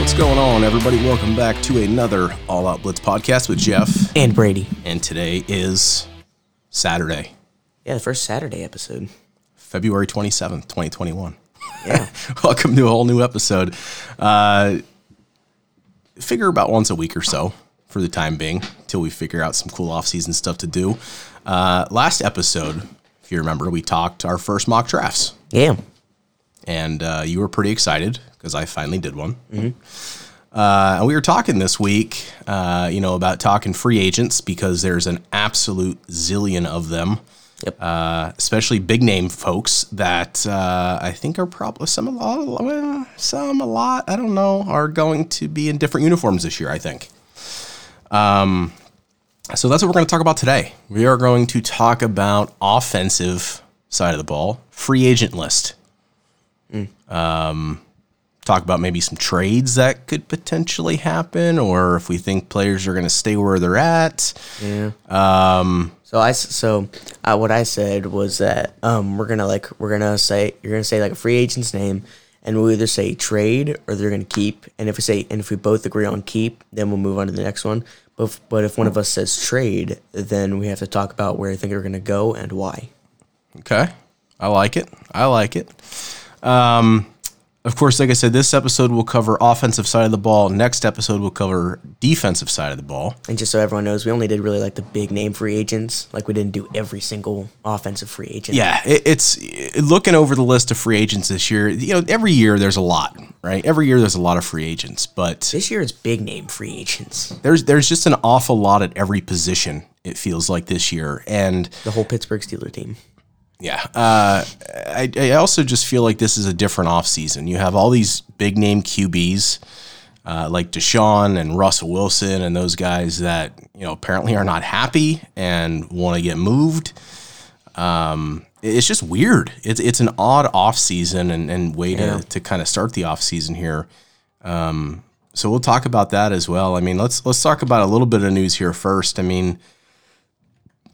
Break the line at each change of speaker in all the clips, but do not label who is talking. What's going on, everybody? Welcome back to another All Out Blitz podcast with Jeff.
and Brady.
And today is Saturday,
Yeah, the first Saturday episode.
February 27th, 2021.
Yeah,
Welcome to a whole new episode. Uh, figure about once a week or so for the time being till we figure out some cool off season stuff to do. Uh, last episode, if you remember, we talked our first mock drafts.
yeah.
and uh, you were pretty excited because I finally did one. Uh, and we were talking this week, uh, you know, about talking free agents because there's an absolute zillion of them,
Yep.
uh, especially big name folks that uh, I think are probably some a lot, well, some a lot, I don't know, are going to be in different uniforms this year. I think. Um, So that's what we're going to talk about today. We are going to talk about offensive side of the ball, free agent list. Um, talk about maybe some trades that could potentially happen, or if we think players are going to stay where they're at.
so I s- so uh, what I said was that um we're gonna like we're gonna say you're gonna say like a free agent's name, and we'll either say trade or they're gonna keep. And if we say and if we both agree on keep, then we'll move on to the next one. But if, but if one of us says trade, then we have to talk about where I think they're gonna go and why.
Okay, I like it. I like it. Um, of course, like I said, this episode will cover offensive side of the ball. Next episode will cover defensive side of the ball.
And just so everyone knows, we only did really like the big name free agents. Like we didn't do every single offensive free agent.
Yeah, it, it's it- looking over the list of free agents this year. You know, every year there's a lot, right? Every year there's a lot of free agents, but
This year it's big name free agents.
there's there's just an awful lot at every position. It feels like this year, and
The whole Pittsburgh Steeler team.
yeah, uh, I, I also just feel like this is a different offseason. You have all these big name QBs uh, like Deshaun and Russell Wilson and those guys that you know apparently are not happy and want to get moved. Um, it- it's just weird. It's it's an odd offseason and and way to to kind of start the offseason here. Um, so we'll talk about that as well. I mean, let's let's talk about a little bit of news here first. I mean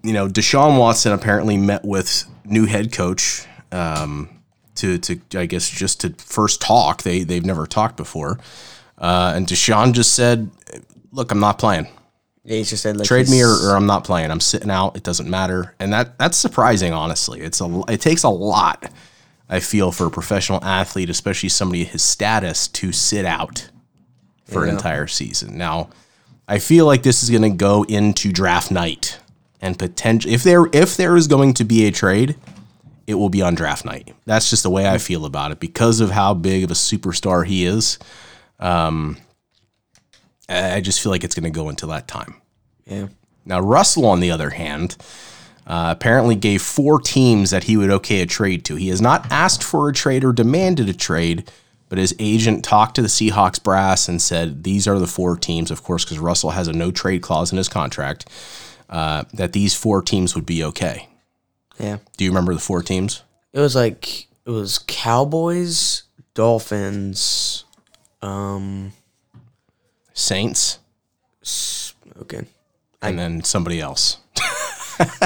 you know, Deshaun Watson apparently met with new head coach um, to to I guess just to first talk. They they've never talked before, uh, and Deshaun just said, "Look, I'm not playing.
They just said like
Trade me
he's-
or, or I'm not playing. I'm sitting out. It doesn't matter." And that that's surprising, honestly. It's a it takes a lot. I feel for a professional athlete, especially somebody his status, to sit out for an entire season. Now, I feel like this is going to go into draft night and potential if there if there is going to be a trade, it will be on draft night. That's just the way I feel about it because of how big of a superstar he is. Um, I I just feel like it's going to go until that time.
Yeah.
Now, Russell, on the other hand, uh, apparently gave four teams that he would okay a trade to. He has not asked for a trade or demanded a trade, but his agent talked to the Seahawks brass and said, These are the four teams, of course, because Russell has a no trade clause in his contract, uh, that these four teams would be okay.
Yeah.
Do you remember the four teams?
It was like it was Cowboys, Dolphins, um
Saints,
okay.
and then somebody else.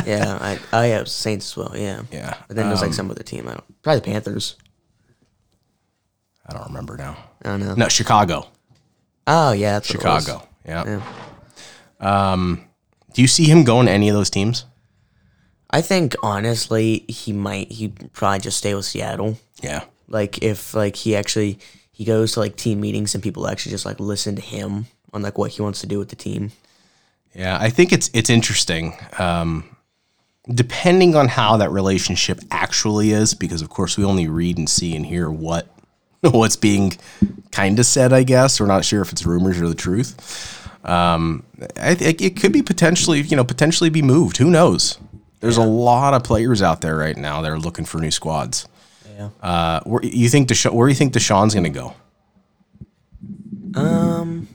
Yeah, I oh yeah, it was Saints as well, yeah.
Yeah. Um,
But then it was like some other team. I don't probably the Panthers.
I don't remember now.
I don't know.
No, Chicago.
Oh yeah, that's what it was.
Chicago. Yeah. Um, do you see him going to any of those teams?
I think honestly he might he probably just stay with Seattle.
Yeah.
Like if like he actually he goes to like team meetings and people actually just like listen to him on like what he wants to do with the team.
Yeah, I think it's it's interesting. Um, depending on how that relationship actually is, because of course we only read and see and hear what what's being kind of said. I guess we're not sure if it's rumors or the truth. Um, I think it could be potentially, you know, potentially be moved. Who knows? There's a lot of players out there right now that are looking for new squads.
Yeah.
Uh, where you think Desha- where you think Deshaun's going to go?
Um.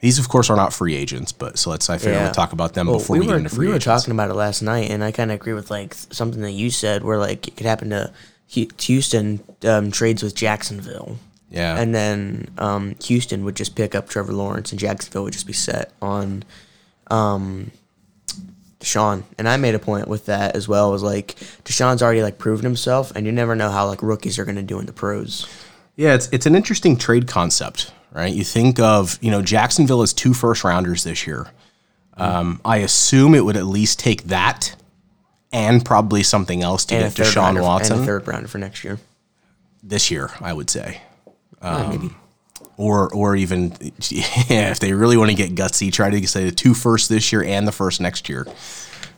These, of course, are not free agents, but so let's I figure
Yeah.
we'll talk about them
Well,
before we,
were,
get into free
Oh, we were
agents.
talking about it last night, and I kind of agree with like th- something that you said, where like it could happen to Hu- Houston um, trades with Jacksonville,
yeah,
and then um, Houston would just pick up Trevor Lawrence, and Jacksonville would just be set on um, Deshaun. And I made a point with that as well, was like Deshaun's already like proven himself, and you never know how like rookies are gonna do in the pros.
Yeah, it's it's an interesting trade concept, right? You think of you know Jacksonville has two first rounders this year. Um, I assume it would at least take that and probably something else to
And a
get
third
Deshaun
rounder,
Watson
and a third rounder for next year.
this year. I would say, um, or or even yeah, if they really want to get gutsy, try to say the two first this year and the first next year.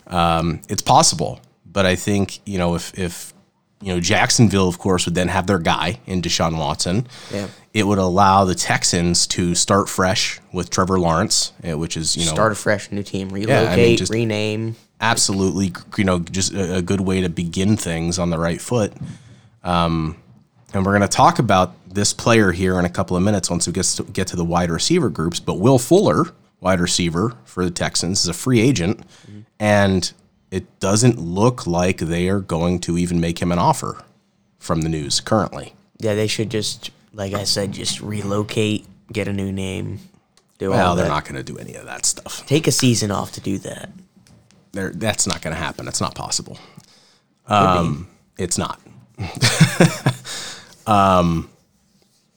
Um, it's possible, but I think you know if if you know Jacksonville, of course, would then have their guy in Deshaun Watson.
Yeah.
It would allow the Texans to start fresh with Trevor Lawrence, eh, which is you know
Start a fresh new team, relocate,
I mean, just-
rename.
absolutely you know just a, a good way to begin things on the right foot um, and we're going to talk about this player here in a couple of minutes once we get to, get to the wide receiver groups but will fuller wide receiver for the texans is a free agent and it doesn't look like they are going to even make him an offer from the news currently
Yeah, they should just, like I said, just relocate, get a new name, do
well
all
they're
Oh, that.
not going to do any of that stuff
Take a season off to do that.
They're, that's not going to happen it's not possible It's not. um,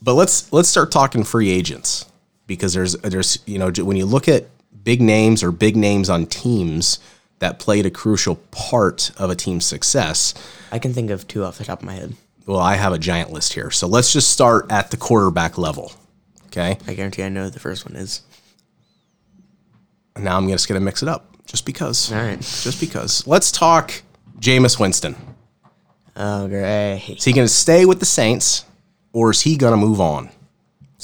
but let's let's start talking free agents because there's there's you know when you look at big names or big names on teams that played a crucial part of a team's success.
I can think of two off the top of my head.
Well, I have a giant list here, so let's just start at the quarterback level. Okay,
I guarantee I know what the first one is.
And now I'm just going to mix it up just because.
All right.
Just because. Let's talk Jameis Winston.
Oh, great.
Is he going to stay with the Saints, or is he going to move on?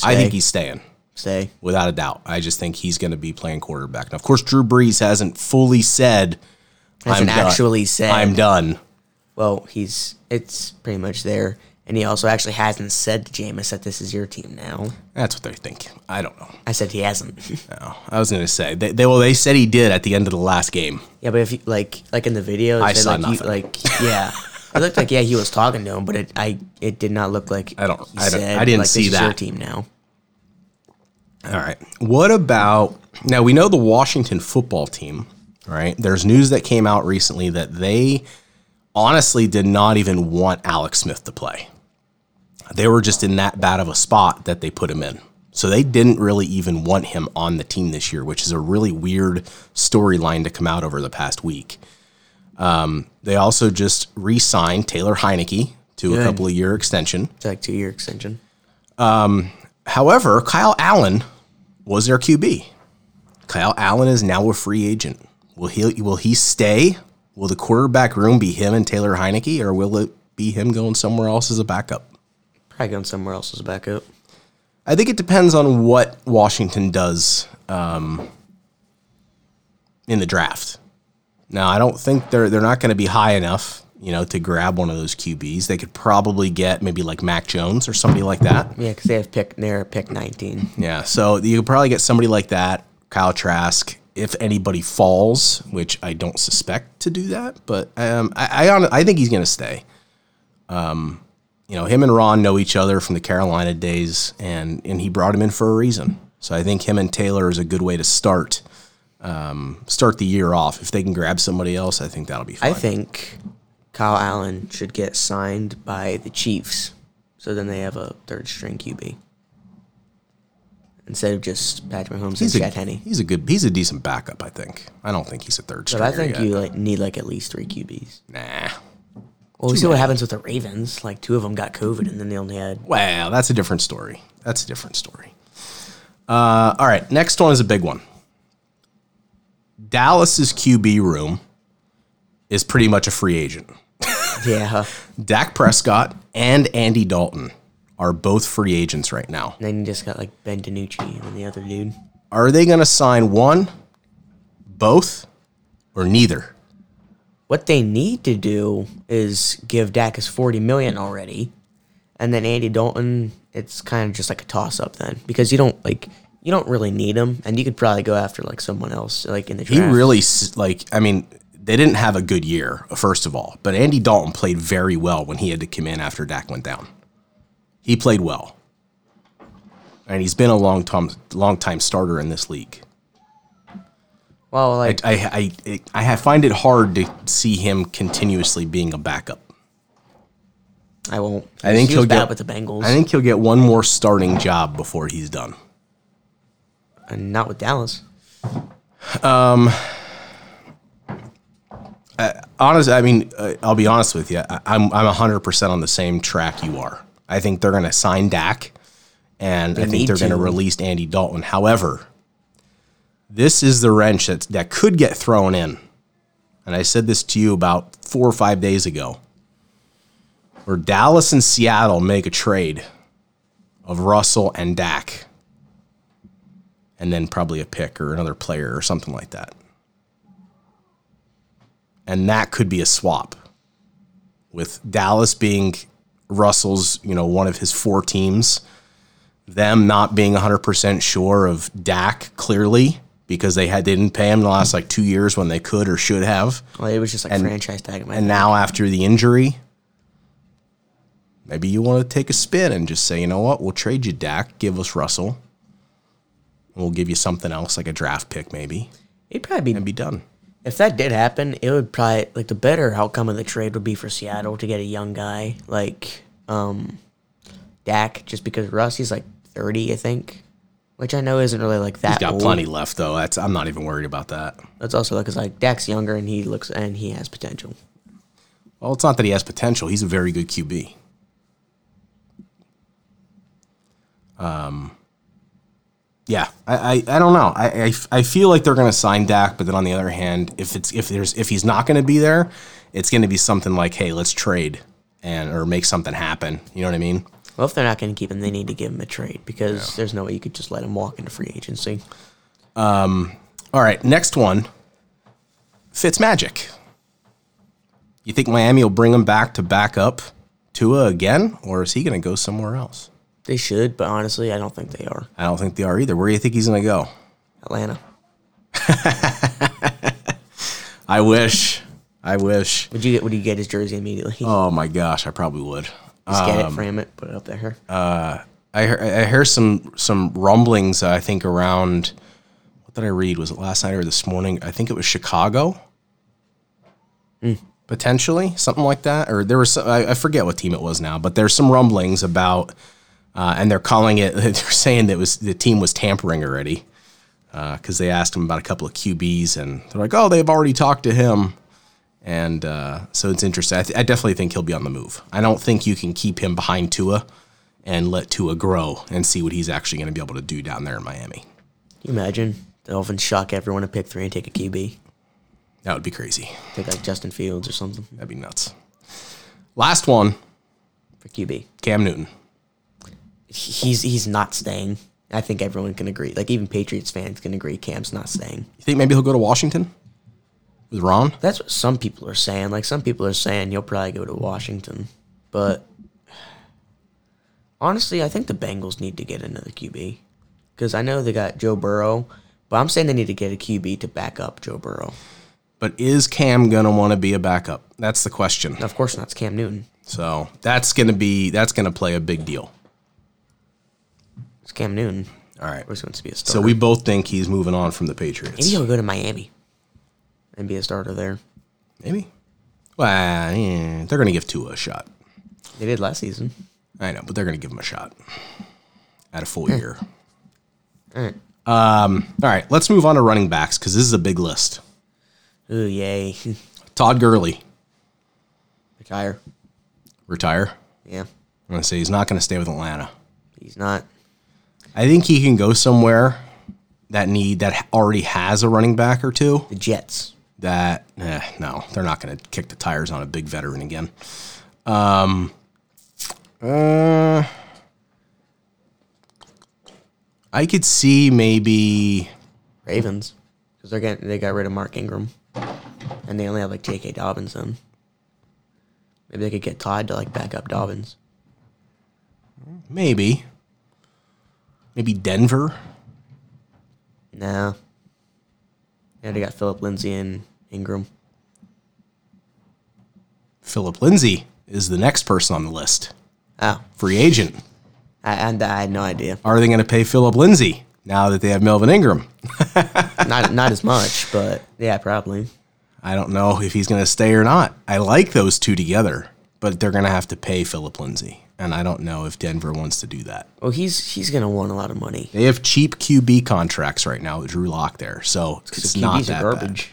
I think
Stay.
he's staying.
Say,
without a doubt. I just think he's going to be playing quarterback. Now, of course, Drew Brees hasn't fully said
hasn't
done.
actually said.
I'm done.
well, he's it's pretty much there, and he also actually hasn't said to Jameis that this is your team now.
That's what they think. I don't know.
I said he hasn't.
No, I was going to say they, they well they said he did at the end of the last game.
yeah, but if you, like like in the video, it
I
said,
saw
like, you-
nothing.
like yeah, it looked like yeah he was talking to him, but it I it did not look like
I don't-
he
I don't- I didn't
like,
see
this is your
that.
team now.
All right. What about now? We know the Washington football team. Right. There's news that came out recently that they honestly did not even want Alex Smith to play. They were just in that bad of a spot that they put him in. So they didn't really even want him on the team this year, which is a really weird storyline to come out over the past week. Um, they also just re signed Taylor Heineke to a
Good.
couple of year extension.
It's like two year extension.
However, Kyle Allen was their QB. Kyle Allen is now a free agent. Will he will he stay? Will the quarterback room be him and Taylor Heineke, or will it be him going somewhere else as a backup?
Probably going somewhere else as a backup.
I think it depends on what Washington does um, in the draft. Now, I don't think they're they're not going to be high enough, you know, to grab one of those QBs. They could probably get maybe like Mac Jones or somebody like that.
Yeah, because they have pick they're pick nineteen.
Yeah, so you could probably get somebody like that, Kyle Trask, if anybody falls, which I don't suspect to do that, but um, I I, hon- I think he's going to stay. Um, you know, him and Ron know each other from the Carolina days, and and he brought him in for a reason. So I think him and Taylor is a good way to start um, start the year off. If they can grab somebody else, I think that'll be fine.
I think Kyle Allen should get signed by the Chiefs, so then they have a third string QB instead of just Patrick Mahomes
he's
and
a,
Chad Henney.
he's a good he's a decent backup. I think. I don't think he's a third
But
stringer.
I think
yet.
you like need like at least three QBs.
nah.
Well, we see what happens with the Ravens. Like two of them got COVID, and then they only had
Well, that's a different story. That's a different story. Uh, all right, next one is a big one. Dallas's QB room is pretty much a free agent.
yeah.
Dak Prescott and Andy Dalton are both free agents right now.
And then you just got like Ben DiNucci and the other dude.
Are they going to sign one, both, or neither?
What they need to do is give Dak his forty million already, and then Andy Dalton. It's kind of just like a toss up then because you don't like you don't really need him, and you could probably go after like someone else like in the
He
draft.
really s- like. I mean, they didn't have a good year first of all, but Andy Dalton played very well when he had to come in after Dak went down. He played well, and he's been a long time, long time starter in this league.
well like
I I I, I find it hard to see him continuously being a backup.
I won't.
I think
he
he'll
was bad
get-
with the Bengals.
I think he'll get one more starting job before he's done.
and not with Dallas.
Honest, I mean, uh, I'll be honest with you. I, I'm I'm 100% on the same track you are. I think they're going to sign Dak and I think
need
they're going to
to.
release Andy Dalton. However, this is the wrench that that could get thrown in. And I said this to you about 4 or 5 days ago. Where Dallas and Seattle make a trade of Russell and Dak. And then probably a pick or another player or something like that and that could be a swap with Dallas being Russell's, you know, one of his four teams, them not being 100% sure of Dak clearly because they had they didn't pay him the last like 2 years when they could or should have.
Well, it was just like franchise tag. in my
And now after the injury, maybe you want to take a spin and just say, you know what, we'll trade you Dak, give us Russell. And we'll give you something else like a draft pick maybe
It'd probably be,
and be done.
if that did happen, it would probably like the better outcome of the trade would be for Seattle to get a young guy like um Dak, just because Russ he's like thirty, I think, which I know isn't really like that.
He's got
old.
plenty left though. That's I'm not even worried about that.
That's also like because like Dak's younger and he looks and he has potential.
Well, it's not that he has potential. He's a very good QB. Um, Um, yeah, I, I, I don't know. I, I, I feel like they're going to sign Dak, but then on the other hand, if it's if there's if he's not going to be there, it's going to be something like, hey, let's trade and or make something happen. You know what I mean?
Well, if they're not going to keep him, they need to give him a trade because there's no way you could just let him walk into free agency.
All right, next one. Fitz Magic. You think Miami will bring him back to back up Tua again, or is he going to go somewhere else?
They should, but honestly, I don't think they are.
I don't think they are either. Where do you think he's going to go?
Atlanta.
I wish. I wish.
Would you get? Would you get his jersey immediately?
Oh my gosh, I probably would.
just get
Um,
it, frame it, put it up there.
uh, I hear, I hear some some rumblings. uh, I think around what did I read? Was it last night or this morning? I think it was Chicago, potentially something like that. Or there was some, I, I forget what team it was now, but there's some rumblings about, uh, and they're calling it. They're saying that it was the team was tampering already because they asked him about a couple of QBs, and they're like, oh, they've already talked to him. And uh, so it's interesting. I, th- I definitely think he'll be on the move. I don't think you can keep him behind Tua and let Tua grow and see what he's actually going to be able to do down there in Miami.
Can you imagine the Dolphins shock everyone to pick three and take a QB,
That would be crazy.
take like Justin Fields or something
That'd be nuts. Last one,
for QB.
Cam Newton.
He- He's he's not staying. I think everyone can agree. Like even Patriots fans can agree. Cam's not staying.
You think maybe he'll go to Washington with Ron?
That's what some people are saying. Like some people are saying he'll probably go to Washington, but honestly, I think the Bengals need to get another QB because I know they got Joe Burrow, but I'm saying they need to get a QB to back up Joe Burrow.
But is Cam going to want to be a backup? That's the question.
Of course not. It's Cam Newton.
So that's going to be that's going to play a big deal.
It's Cam Newton.
All right.
Or he's going to be a starter.
So we both think he's moving on from the
Maybe
Patriots.
he'll go to Miami and be a starter there.
Maybe. Well, yeah, they're going to give Tua a shot.
They did last season.
I know, but they're going to give him a shot at a
Hmm.
full year.
All right.
All right, let's move on to running backs because this is a big list.
Ooh, yay.
Todd Gurley
Retire.
retire.
Yeah.
I'm going to say he's not going to stay with Atlanta.
He's not.
I think he can go somewhere that need that already has a running back or two.
The Jets.
That eh, no, they're not going to kick the tires on a big veteran again. Um, uh, I could see maybe
Ravens. Because they're getting they got rid of Mark Ingram. And they only have like J.K. Dobbins then. Maybe they could get Todd to like back up Dobbins.
maybe maybe Denver.
Nah. Yeah, they got Philip Lindsay and Ingram.
Philip Lindsay is the next person on the list.
Oh.
Free agent.
I, and I had no idea.
Are they going to pay Philip Lindsay now that they have Melvin Ingram?
Not not as much, but yeah, probably.
I don't know if he's going to stay or not. I like those two together, but but they're going to have to pay Philip Lindsay, and I don't know if Denver wants to do that.
Well, he's he's gonna want a lot of money.
They have cheap QB contracts right now with Drew Lock there, so it's,
The
not
QBs are
that bad.
garbage.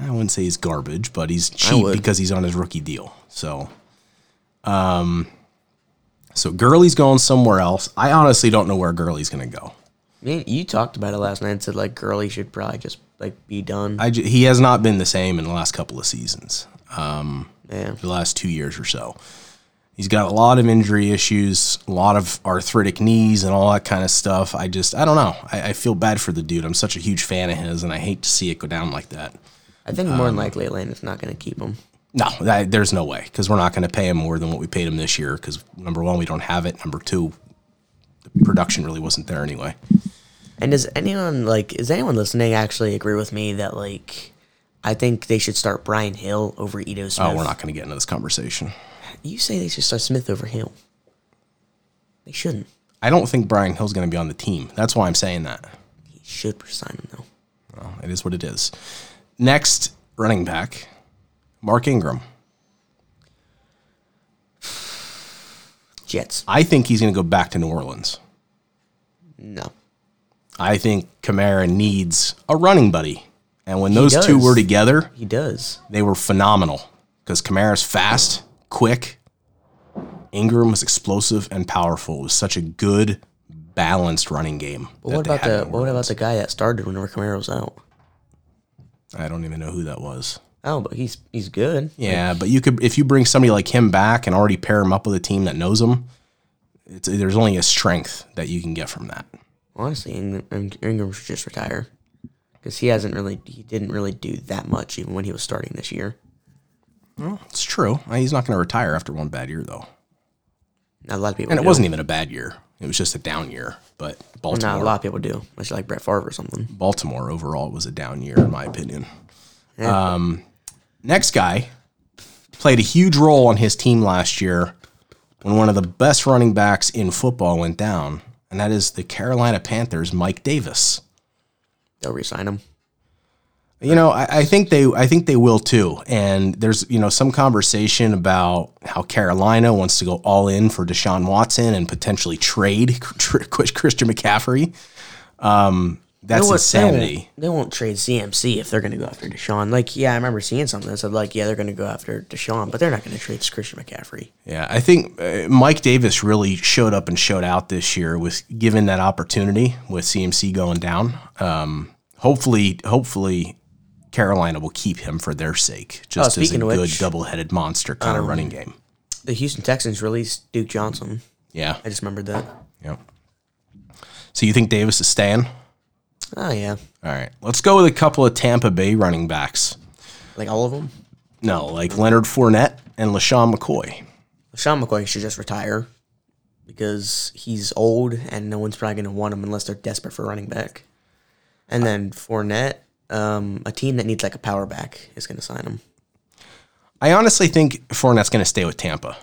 I wouldn't say he's garbage, but he's
I
cheap
would.
because he's on his rookie deal. So, um, so Gurley's going somewhere else. I honestly don't know where Gurley's going to go.
Man, you talked about it last night and said like Gurley should probably just like be done.
I ju- he has not been the same in the last couple of seasons,
yeah.
the last two years or so. He's got a lot of injury issues, a lot of arthritic knees, and all that kind of stuff. I just, I don't know. I, I feel bad for the dude. I'm such a huge fan of his, and I hate to see it go down like that.
I think
Um,
more than likely Atlanta's not gonna keep him.
No, that, there's no way because we're not going to pay him more than what we paid him this year. Because number one, we don't have it. Number two, the production really wasn't there anyway.
And does anyone like is anyone listening actually agree with me that like I think they should start Brian Hill over Edo Smith?
Oh, we're not going to get into this conversation.
You say they should start Smith over Hill. They shouldn't.
I don't think Brian Hill's going to be on the team. That's why I'm saying that.
He should resign him though.
Well, it is what it is. Next running back, Mark Ingram.
Jets.
I think he's going to go back to New Orleans.
No.
I think Kamara needs a running buddy. And when those two
does.
were together,
He does.
they were phenomenal because Kamara's fast, quick. Ingram was explosive and powerful. It was such a good, balanced running game.
But
that
what
they
about
had in
the
New
what about
Orleans.
the guy that started whenever Camaro was out?
I don't even know who that was.
Oh, but he's he's good.
Yeah, but you could if you bring somebody like him back and already pair him up with a team that knows him. It's, there's only a strength that you can get from that.
Honestly, Ingram, Ingram should just retire because he hasn't really he didn't really do that much even when he was starting this year.
It's true. Uh, He's not going to retire after one bad year though,
Not a lot of people.
and it
do.
wasn't even a bad year. It was just a down year. But Baltimore,
Not a lot of people do, unless you're like Brett Favre or something.
Baltimore overall was a down year in my opinion. Um, next guy played a huge role on his team last year when one of the best running backs in football went down, and that is the Carolina Panthers, Mike Davis.
They'll resign him.
You know, I, I think they I think they will too. And there's you know some conversation about how Carolina wants to go all in for Deshaun Watson and potentially trade Tr- Christian McCaffrey. Um, that's
They won't- they won't-
insanity.
They won't trade CMC if they're going to go after Deshaun. Like, yeah, I remember seeing something that said like, yeah, they're going to go after Deshaun, but they're not going to trade Christian McCaffrey.
Yeah, I think uh, Mike Davis really showed up and showed out this year with given that opportunity with CMC going down. Um, hopefully, hopefully. Carolina will keep him for their sake, just as a
Oh, speaking of
good
which, um,
double-headed monster kind of running game.
The Houston Texans released Duke Johnson.
Yeah,
I just remembered that.
Yeah. So you think Davis is staying?
Oh yeah,
All right. Let's go with a couple of Tampa Bay running backs.
like all of them.
No, like Leonard Fournette and LaShawn McCoy.
Sean McCoy should just retire because he's old and no one's probably going to want him unless they're desperate for a running back. And then Fournette, um, a team that needs like a power back is going to sign him.
I honestly think Fournette's going to stay with Tampa.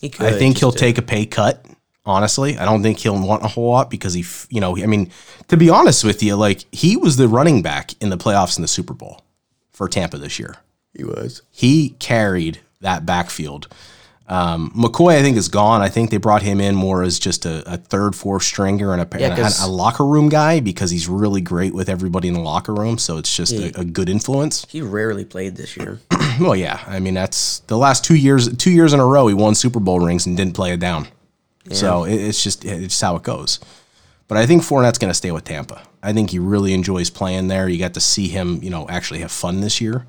He could.
I think
just
he'll
do-
take a pay cut. Honestly, I don't think he'll want a whole lot because he, f- you know, I mean, to be honest with you, like he was the running back in the playoffs and the Super Bowl for Tampa this year.
He was.
he carried that backfield. Um, McCoy, I think, is gone. I think they brought him in more as just a, a third, fourth stringer and a, and a-
'cause-
a locker room guy because he's really great with everybody in the locker room. So it's just a, a good influence.
He rarely played this year.
Well, yeah, I mean that's the last two years, two years in a row, he won Super Bowl rings and didn't play it down. So it, it's just it's just how it goes. But I think Fournette's going to stay with Tampa. I think he really enjoys playing there. You got to see him, you know, actually have fun this year.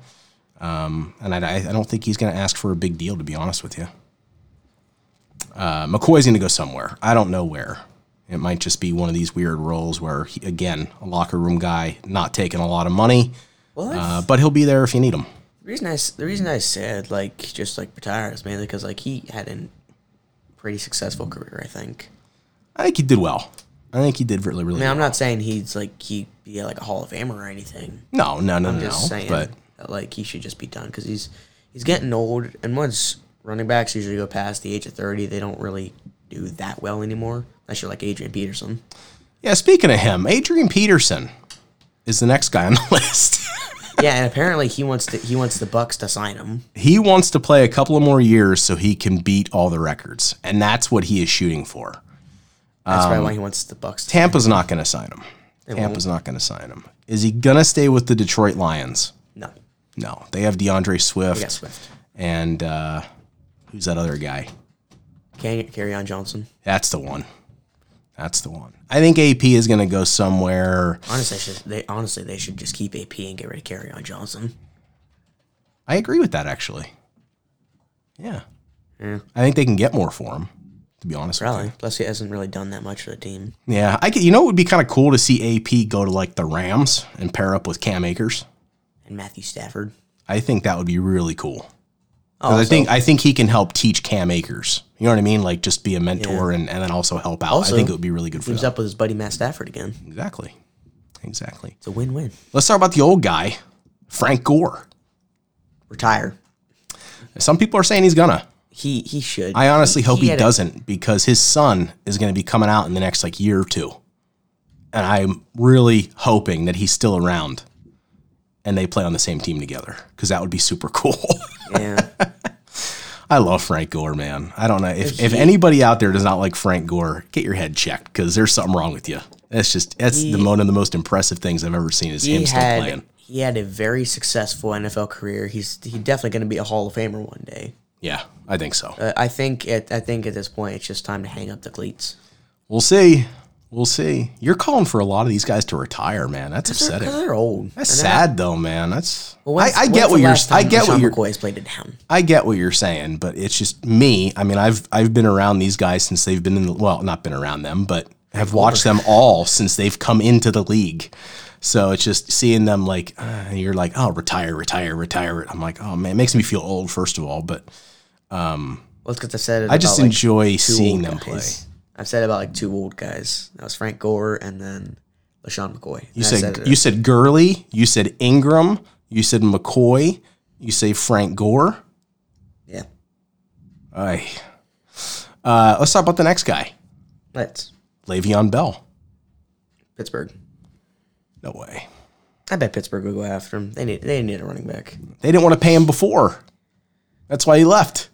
Um, and I, I don't think he's going to ask for a big deal, to be honest with you. Uh, McCoy's going to go somewhere. I don't know where. It might just be one of these weird roles where, he, again, a locker room guy, not taking a lot of money,
Well, that's
uh, but he'll be there if you need him.
the reason I s- the reason I said like just like retire is mainly because like he had a pretty successful career. I think.
I think he did well. I think he did really, really
I mean,
well.
I'm not saying he's like he be like a Hall of Famer or anything.
No, no, no, no.
just
no,
saying
But
that, like he should just be done because he's he's getting old, and once running backs usually go past the age of thirty, they don't really do that well anymore. Unless you're like Adrian Peterson.
yeah, speaking of him, Adrian Peterson is the next guy on the list.
yeah, and apparently he wants to he wants the Bucks to sign him.
He wants to play a couple of more years so he can beat all the records, and that's what he is shooting for.
That's probably why
Um,
he wants the Bucks. To
Tampa's not going to sign him. Tampa's not going to sign him. Is he going to stay with the Detroit Lions?
no,
No, they have DeAndre Swift.
yeah, Swift,
And uh, who's that other guy?
Can carry on Johnson.
That's the one. That's the one. I think AP is going to go somewhere.
Honestly, I should they honestly they should just keep AP and get rid of carry on Johnson.
I agree with that actually. Yeah. I think they can get more for him. To be honest, with
Probably. Plus, he hasn't really done that much for the team.
you. yeah. I could, you know it would be kind of cool to see AP go to like the Rams and pair up with Cam Akers.
And Matthew Stafford.
I think that would be really cool. 'Cause I think I think he can help teach Cam Akers. You know what I mean? Like just be a mentor and, and then also help out.
Also,
I think it would be really good for
Teams
them.
Oh, up with his buddy Matt Stafford again.
Exactly. Exactly.
It's a win-win.
Let's talk about the old guy, Frank Gore.
Retire.
Some people are saying he's gonna.
He he should.
I honestly hope he,
had a-
doesn't because his son is going to be coming out in the next like year or two. And I'm really hoping that he's still around and they play on the same team together because that would be super cool.
yeah.
I love Frank Gore, man. I don't know if, if anybody out there does not like Frank Gore, get your head checked because there's something wrong with you. That's just that's the one of the most impressive things I've ever seen is him
he
still
had
playing.
he had a very successful NFL career. He's he definitely going to be a Hall of Famer one day.
Yeah, I think so.
Uh, I think at I think at this point it's just time to hang up the cleats.
We'll see. We'll see. You're calling for a lot of these guys to retire, man. That's
They're,
upsetting.
they're old.
That's
And
sad though, man. That's
they're- when's-
I, I
when's
get
the
what you're
last
I
time
get what
LeSean
you're
McCoy's played it down.
I get what you're saying, but it's just me. I mean, I've I've been around these guys since they've been in the well, not been around them, but have watched them all since they've come into the league. So it's just seeing them like uh, you're like, oh, retire, retire, retire. I'm like, oh man, it makes me feel old first of all, but
Well, it's because I said it
I just
about, like,
enjoy
two
seeing
old
them
guys. I've said about like two old guys. That was Frank Gore and then LaShawn McCoy.
play. You said,
uh,
you said Gurley, you said Ingram, you said McCoy, you say Frank Gore.
yeah.
Aye. Uh, let's talk about the next guy,
Let's
Le'Veon Bell.
Pittsburgh.
No way.
I bet Pittsburgh will go after him. They need they need a running back.
They didn't want to pay him before. That's why he left.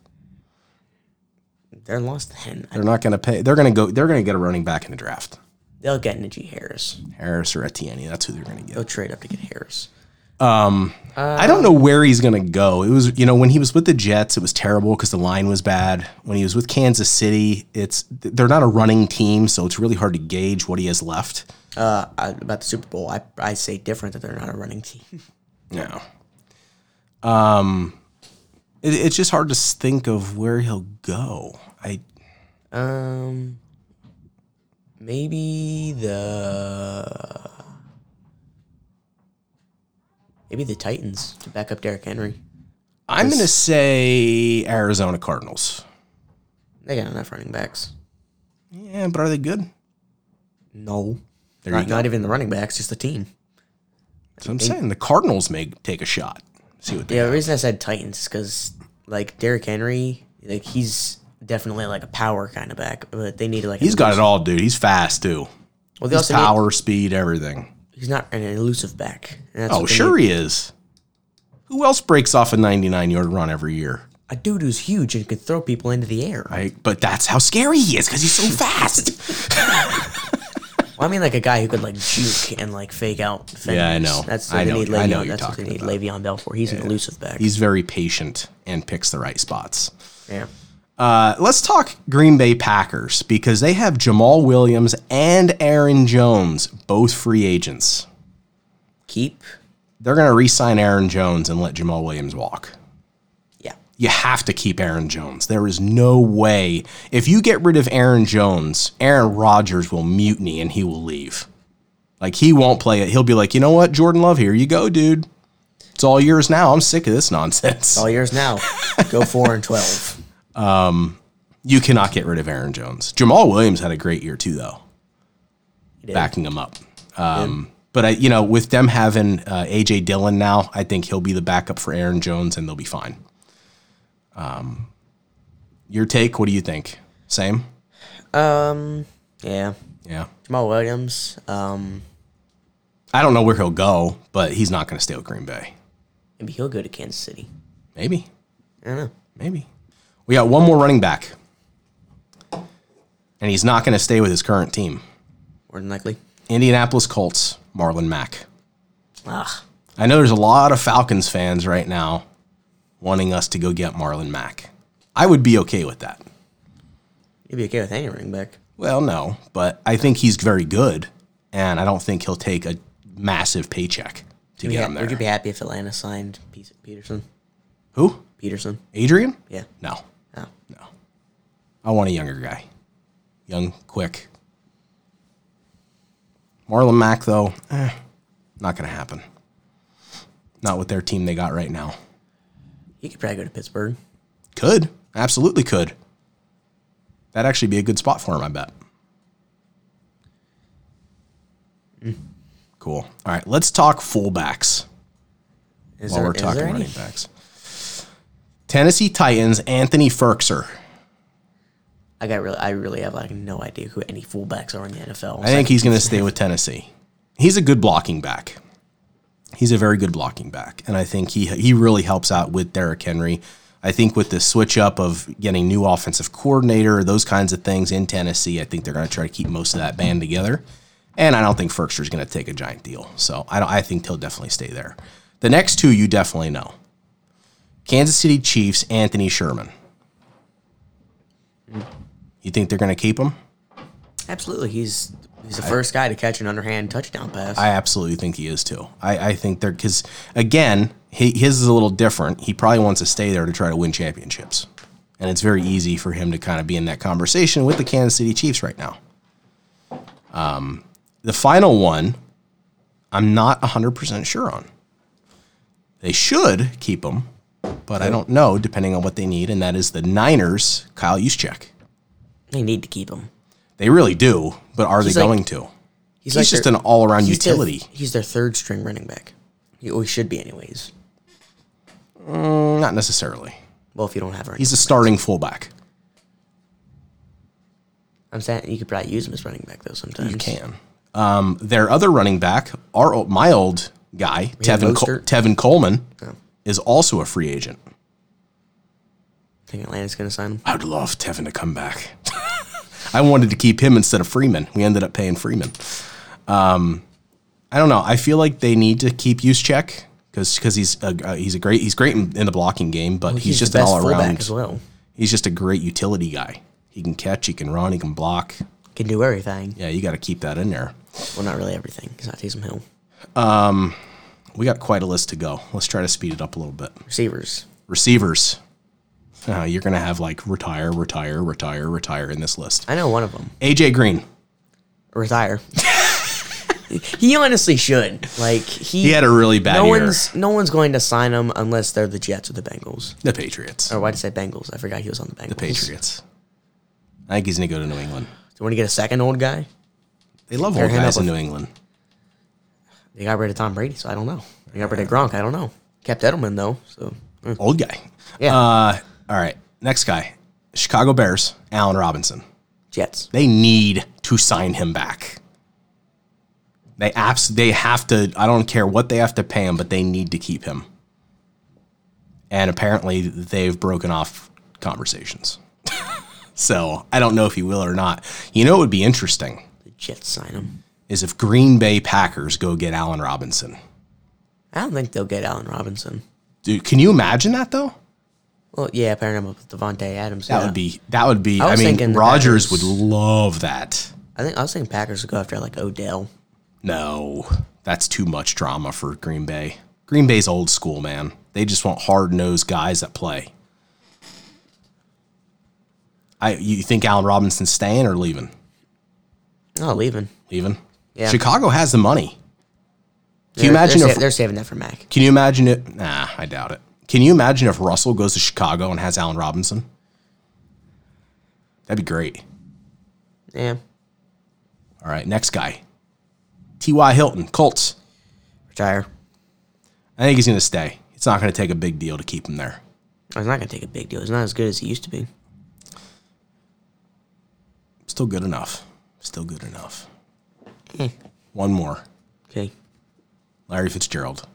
They're lost ten. I-
They're not going to pay. They're going to go. They're going to get a running back in the draft.
They'll get Najee Harris.
Harris or Etienne. That's who they're going to get.
They'll trade up to get Harris.
I don't know where he's going to go. It was, you know, when he was with the Jets, it was terrible because the line was bad. When he was with Kansas City, it's they're not a running team, so it's really hard to gauge what he has left.
Uh, I- about the Super Bowl, I I say different that they're not a running team.
No. Um, it, it's just hard to think of where he'll go. I
Um, maybe the maybe the Titans to back up Derrick Henry.
I'm going to say Arizona Cardinals.
They got enough running backs.
Yeah, but are they good?
No,
There
not,
you go.
not even the running backs, just the team.
That's what I'm saying. The Cardinals may take a shot. See what they
Yeah, the reason I said Titans is because like Derrick Henry, like he's definitely like a power kind of back, but they need like
He's got it all, dude. He's fast too.
well, they
He's
also need,
power, speed, everything.
he's not an elusive back. and that's
Oh,
what they
sure
need.
he is. Who else breaks off a 99 yard run every year?
a dude who's huge and can throw people into the air.
I, but that's how scary he is because he's so fast.
Well, I mean, like a guy who could like juke and like fake out. Defenders.
Yeah, I know.
That's
I
what they
know-
need.
I
Le'Veon.
know what you're
That's what they
talking
need. Le'Veon Bell for. He's an elusive back.
he's very patient and picks the right spots.
yeah.
Uh, let's talk Green Bay Packers because they have Jamal Williams and Aaron Jones, both free agents.
Keep.
They're going to re sign Aaron Jones and let Jamal Williams walk.
Yeah.
you have to keep Aaron Jones. There is no way. If you get rid of Aaron Jones, Aaron Rodgers will mutiny and he will leave. Like he won't play it. He'll be like, you know what, Jordan Love, here you go, dude. It's all yours now. I'm sick of this nonsense.
All yours now. Go four and twelve.
You cannot get rid of Aaron Jones. Jamal Williams had a great year too, though,
did.
backing him up. Um, but I, you know, with them having uh, AJ Dillon now, I think he'll be the backup for Aaron Jones, and they'll be fine. Um, your take? What do you think? Same?
Um. Yeah.
Yeah.
Jamal Williams. Um.
I don't know where he'll go, but he's not going to stay with Green Bay.
Maybe he'll go to Kansas City.
Maybe.
I don't know.
Maybe. We got one more running back. And he's not going to stay with his current team.
More than likely.
Indianapolis Colts, Marlon Mack.
Ah,
I know there's a lot of Falcons fans right now wanting us to go get Marlon Mack. I would be okay with that.
you'd be okay with any running back.
Well, no, but I think he's very good, and I don't think he'll take a massive paycheck to
We'd
get
ha-
him
Would you
there.
be happy if Atlanta signed Pe- Peterson?
Who?
Peterson.
Adrian?
Yeah.
No,
Oh.
no. I want a younger guy, young, quick. Marlon Mack, though, eh, not gonna happen. Not with their team they got right now.
He could probably go to Pittsburgh.
Could absolutely could. That'd actually be a good spot for him, I bet.
Hmm.
Cool. All right, let's talk fullbacks.
Is
while
there-
we're
is
talking
there any?
running backs. Tennessee Titans, Anthony Ferkser.
I got really, I really have like no idea who any fullbacks are in the NFL.
I think he's going to stay with Tennessee. He's a good blocking back. He's a very good blocking back, and I think he he really helps out with Derrick Henry. I think with the switch up of getting new offensive coordinator, those kinds of things in Tennessee, I think they're going to try to keep most of that band together. And I don't think Ferkser's going to take a giant deal, so I don't. I think he'll definitely stay there. The next two, you definitely know. Kansas City Chiefs, Anthony Sherman. You think they're going to keep him?
Absolutely, he's he's the first guy to catch an underhand touchdown pass.
I absolutely think he is too. I, I think they're because again, he, his is a little different. He probably wants to stay there to try to win championships, and it's very easy for him to kind of be in that conversation with the Kansas City Chiefs right now. Um, the final one, I'm not 100 percent sure on. They should keep him, but I don't know depending on what they need, and that is the Niners, Kyle Juszczyk.
they need to keep him.
They really do, but are
He's
they
like-
going to? He's,
like
just
their-
an all-around
he's their-
utility.
he's their third string running back. He always should be, anyways.
Not necessarily.
Well, if you don't have her,
He's a starting fullback.
I'm saying you could probably use him as running back though. Sometimes
You can. Um, their other running back, our old, my old guy,
have
Tevin, Col-
Mostert.
Tevin Coleman, is also a free agent.
Think Atlanta's gonna sign him?
I'd love Tevin to come back. I wanted to keep him instead of Freeman. We ended up paying Freeman. Um, I don't know. I feel like they need to keep use check because he's a, uh, he's a great he's great in, in the blocking game, but he's, just
the
an
best
all
fullback
around.
as well.
He's just a great utility guy. He can catch, he can run, he can block.
Can do everything.
Yeah, you got to keep that in there.
Well, not really everything. He's not Taysom Hill.
We got quite a list to go. Let's try to speed it up a little bit.
Receivers.
Receivers. Uh, you're going to have like retire, retire, retire, retire in this list.
I know one of them.
AJ Green.
Retire. he honestly should. Like he.
He had a really bad
no
year.
one's no one's going to sign him unless they're the Jets or the Bengals.
The Patriots.
Or why did I say Bengals? I forgot he was on the Bengals. The
Patriots. I think he's going to go to New England.
Do you want to get a second old guy?
They love
Pair
old
him up
guys in
with-
New England.
They got rid of Tom Brady, so I don't know. They got rid of Gronk, I don't know. Kept Edelman though, so mm.
Old guy.
yeah.
Uh, all right. Next guy. Chicago Bears, Allen Robinson.
Jets.
They need to sign him back. They abs- they have to I don't care what they have to pay him, but they need to keep him. And apparently they've broken off conversations. so I don't know if he will or not. You know it would be interesting
The Jets sign him.
is if Green Bay Packers go get Allen Robinson.
I don't think they'll get Allen Robinson.
Dude, can you imagine that though?
Well, yeah, pairing him up with Devontae Adams.
That
yeah.
would be that would be I,
was
mean
thinking the
Rogers
Packers.
would love that.
I think I was thinking Packers would go after like Odell.
No, that's too much drama for Green Bay. Green Bay's old school, man. They just want hard nosed guys that play. I you think Allen Robinson's staying or leaving?
Oh, leaving.
Leaving.
Yeah.
Chicago has the money. Can you
They're-
imagine
they're,
if
sa- they're saving that for Mac?
Can you imagine it? Nah, I doubt it. Can you imagine if Russell goes to Chicago and has Allen Robinson? That'd be great.
Yeah.
All right, next guy. T.Y. Hilton, Colts.
Retire.
I think he's going to stay. It's not going to take a big deal to keep him there.
Oh, It's not gonna take a big deal. It's not as good as he used to be.
Still good enough. Still good enough. One more.
Okay.
Larry Fitzgerald.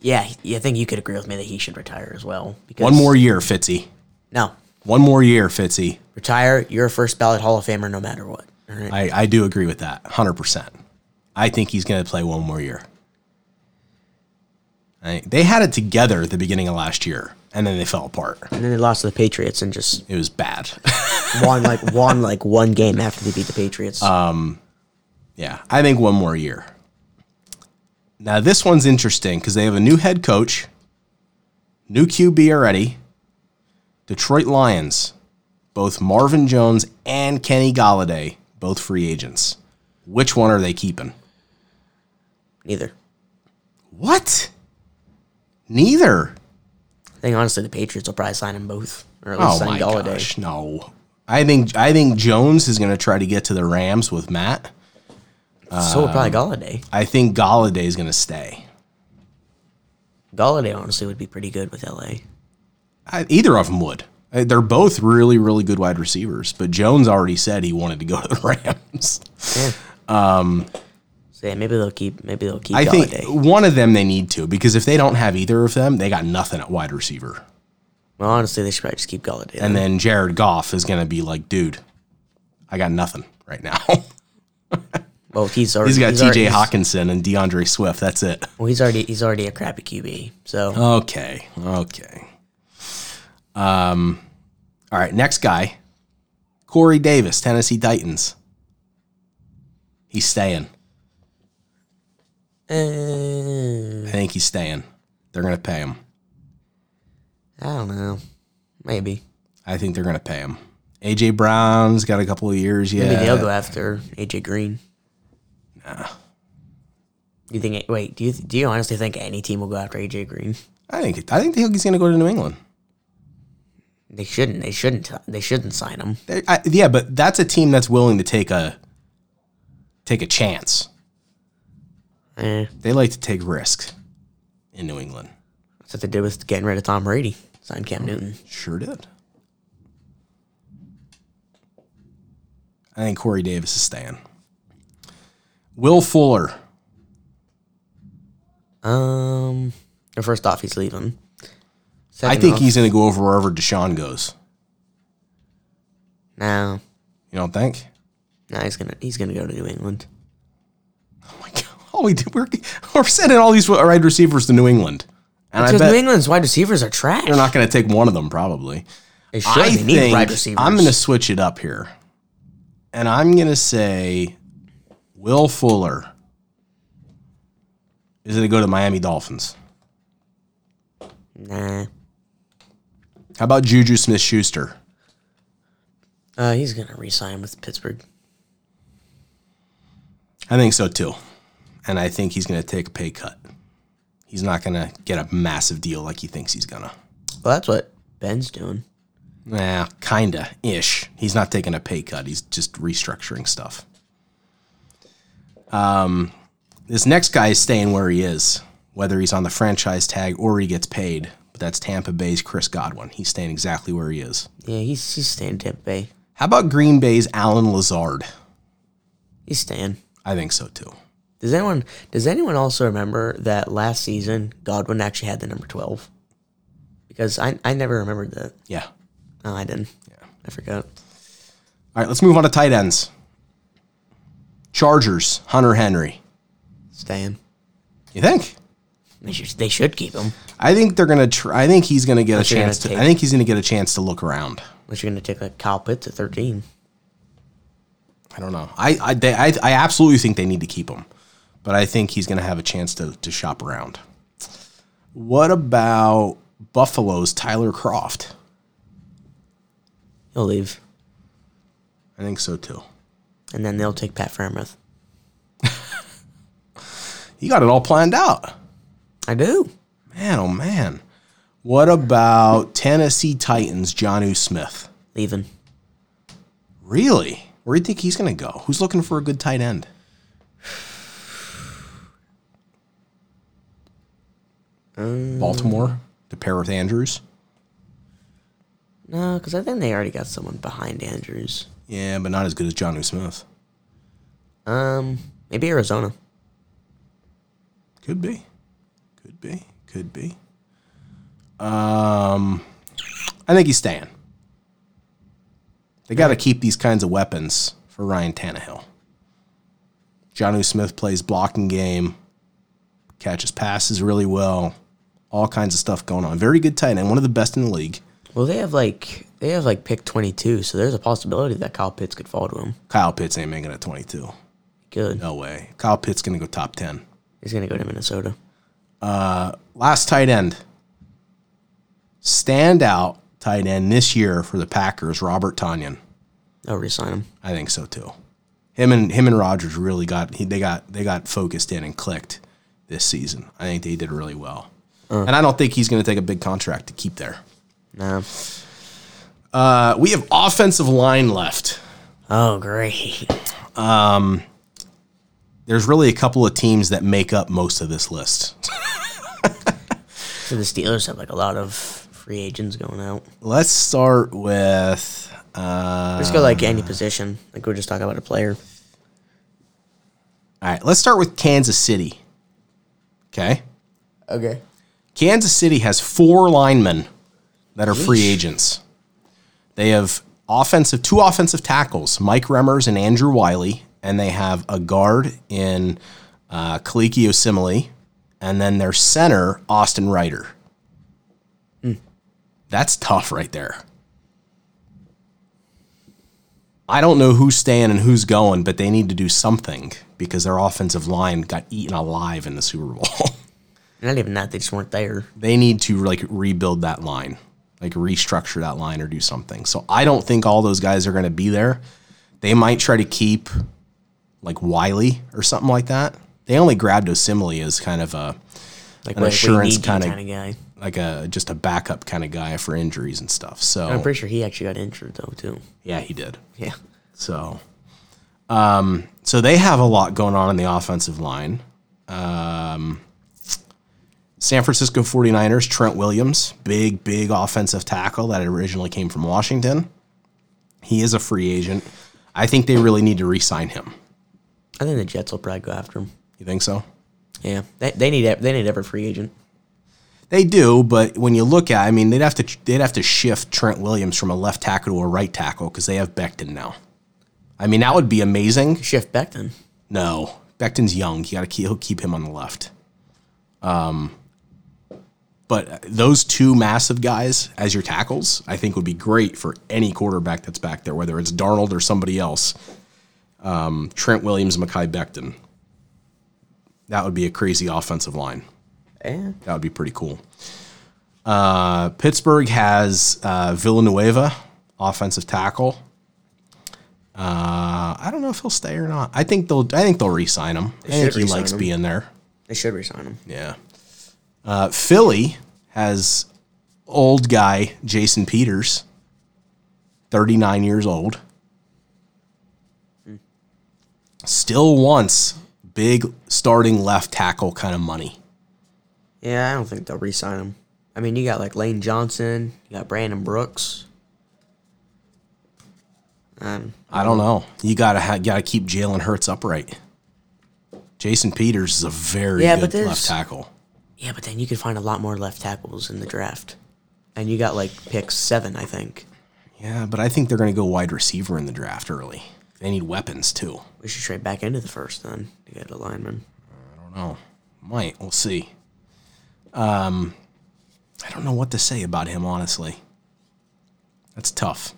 Yeah, I think you could agree with me that he should retire as well. Because
One more year, Fitzy.
No,
One more year, Fitzy.
retire. You're a first ballot Hall of Famer no matter what. All right.
I, I do agree with that, hundred percent. I think he's going to play one more year. I- they had it together at the beginning of last year, and then they fell apart.
And then they lost to the Patriots and just
It was bad.
won like won like one game after they beat the Patriots.
Uh, yeah, I think one more year. Now this one's interesting because they have a new head coach, new QB already. Detroit Lions, both Marvin Jones and Kenny Galladay, both free agents. Which one are they keeping?
Neither.
What? Neither.
I think honestly the Patriots will probably sign them both. Or at least
Oh my
sign Galladay.
gosh, no. I think I think Jones is going to try to get to the Rams with Matt.
so will
Um,
probably Galladay.
I think Galladay is going to stay.
Galladay honestly would be pretty good with LA.
I, either of them would. Uh, They're both really really good wide receivers, but Jones already said he wanted to go to the Rams.
So yeah, maybe they'll keep maybe they'll keep
I
Galladay.
think one of them they need to because if they don't have either of them, they got nothing at wide receiver.
well honestly they should probably just keep Galladay.
And then Jared Goff is going to be like, dude, I got nothing right now.
well he's already
he's got
already-
T.J.
he's-
Hawkinson and DeAndre Swift. That's it.
Well he's already he's already a crappy QB. So
Okay. Okay. Um, all right. Next guy, Corey Davis, Tennessee Titans. He's staying.
eh,
I think he's staying. They're going to pay him.
I don't know. Maybe.
I think they're going to pay him. AJ Brown's got a couple of years yet.
Maybe they'll go after AJ Green. Nah. You think? Wait, do you do you honestly think any team will go after AJ Green?
I think I think he's going to go to New England.
They shouldn't. They shouldn't. They shouldn't sign him.
They- I, yeah, but that's a team that's willing to take a take a chance.
Eh,
They like to take risks in New England.
that's what they did with getting rid of Tom Brady. Sign Cam Newton.
Sure did. I think Corey Davis is staying. Will Fuller.
Um, well, first off, he's leaving.
I
Second
think
off,
he's going to go over wherever Deshaun goes.
no,
You don't think?
no, he's gonna he's gonna go to New England.
Oh my God. Oh, we did, we're, we're sending all these wide receivers to New England. And I
Because New
bet
England's wide receivers are trash.
they're not going to take one of them, probably.
They should.
I
they need
think
wide receivers.
I'm going to switch it up here. And I'm going to say Will Fuller is going to go to Miami Dolphins.
Nah.
How about Juju Smith Schuster?
Uh, he's gonna re-sign with Pittsburgh.
I think so too. And I think he's going to take a pay cut. He's not going to get a massive deal like he thinks he's going to.
Well, that's what Ben's doing.
Nah, kind of ish. He's not taking a pay cut. He's just restructuring stuff. Um, this next guy is staying where he is, whether he's on the franchise tag or he gets paid. But that's Tampa Bay's Chris Godwin. He's staying exactly where he is.
Yeah, he's he's staying in Tampa Bay.
How about Green Bay's Alan Lazard?
He's staying.
I think so too.
Does anyone does anyone also remember that last season Godwin actually had the number twelve? Because I I never remembered that.
Yeah.
No, I didn't. Yeah. I forgot.
All right, let's move on to tight ends. Chargers, Hunter Henry.
Staying.
You think?
They should they should keep him.
I think they're gonna. Tr- I think he's gonna get a
Unless you're
chance to.
gonna
I
take-
think he's gonna get a chance to look around.
Unless you're gonna take like Kyle Pitts at thirteen.
I don't know. I I they, I, I absolutely think they need to keep him, but I think he's going to have a chance to to shop around. What about Buffalo's Tyler Croft?
He'll leave.
I think so too.
And then they'll take Pat Framrith.
He got it all planned out.
I do.
Man, oh man. What about Tennessee Titans Johnu Smith?
Leaving.
Really? Where do you think he's going to go? Who's looking for a good tight end? Baltimore to pair with Andrews.
No, because I think they already got someone behind Andrews.
Yeah, but not as good as John U. Smith.
Um, maybe Arizona.
Could be. Could be. Could be. Um, I think he's staying. They got to keep these kinds of weapons for Ryan Tannehill. Johnu Smith plays blocking game, catches passes really well, all kinds of stuff going on. Very good tight end, one of the best in the league.
Well, they have like they have like pick twenty two, so there's a possibility that Kyle Pitts could fall to him.
Kyle Pitts ain't making it 22.
Good.
No way. Kyle Pitts going to go top 10.
He's gonna go to Minnesota.
Last tight end. Standout tight end this year for the Packers, Robert Tanyan.
I'll resign him.
I think so too. Him and him and Rogers really got he, they got they got focused in and clicked this season. I think they did really well. And I don't think he's going to take a big contract to keep there.
No.
Uh, we have offensive line left.
Oh great.
There's really a couple of teams that make up most of this list.
So the Steelers have like a lot of free agents going out.
Let's start with uh,
Let's go like any position. Like we're just talking about a player.
all right. Let's start with Kansas City. Okay.
Okay.
Kansas City has four linemen that are free agents. They have offensive two offensive tackles, Mike Remmers and Andrew Wiley, and they have a guard in uh, Kaliki Osimile, and then their center Austin Ryder. That's tough right there. I don't know who's staying and who's going, but they need to do something because their offensive line got eaten alive in the Super Bowl.
Not even that. They just weren't there.
they need to like rebuild that line, like restructure that line or do something. So I don't think all those guys are going to be there. They might try to keep like Wiley or something like that. They only grabbed Osimile as kind of a
Like
An
what
assurance kinda-
kind of guy.
like a just a backup kind of guy for injuries and stuff.
I'm
So
pretty sure he actually got injured though too.
yeah, he did.
Yeah.
So, um, so they have a lot going on in the offensive line. Um, San Francisco 49ers, Trent Williams, big, big offensive tackle that originally came from Washington. He is a free agent. I think they really need to re sign him.
I think the Jets will probably go after him.
You think so?
Yeah. They, they need ev- they need every free agent.
They do, but when you look at, I mean, they'd have to they'd have to shift Trent Williams from a left tackle to a right tackle because they have Becton now. I mean, that would be amazing.
Shift back then.
No, Becton's young. You got to keep. He'll keep him on the left. Um, but those two massive guys as your tackles, I think, would be great for any quarterback that's back there, whether it's Darnold or somebody else. Um, Trent Williams, Mackay Becton. That would be a crazy offensive line.
Yeah.
That would be pretty cool. Uh, Pittsburgh has uh, Villanueva, offensive tackle. Uh, I don't know if he'll stay or not. I think they'll. I think they'll re-sign him. I think
should
he
re-sign
likes
him.
being there.
They should resign him.
Yeah. Uh, Philly has old guy Jason Peters, thirty nine years old.
Hmm.
Still wants big starting left tackle kind of money.
Yeah, I don't think they'll re-sign him. I mean, you got like Lane Johnson, you got Brandon Brooks. Um,
I don't know. You gotta ha- gotta keep Jalen Hurts upright. Jason Peters is a very
Yeah, but
good
there's-
left tackle.
yeah, but then you could find a lot more left tackles in the draft, and you got like pick seven, I think.
Yeah, but I think they're gonna go wide receiver in the draft early. They need weapons too.
We should trade back into the first then to get a lineman.
I don't know. Might we'll see. Um, I don't know what to say about him honestly. That's tough.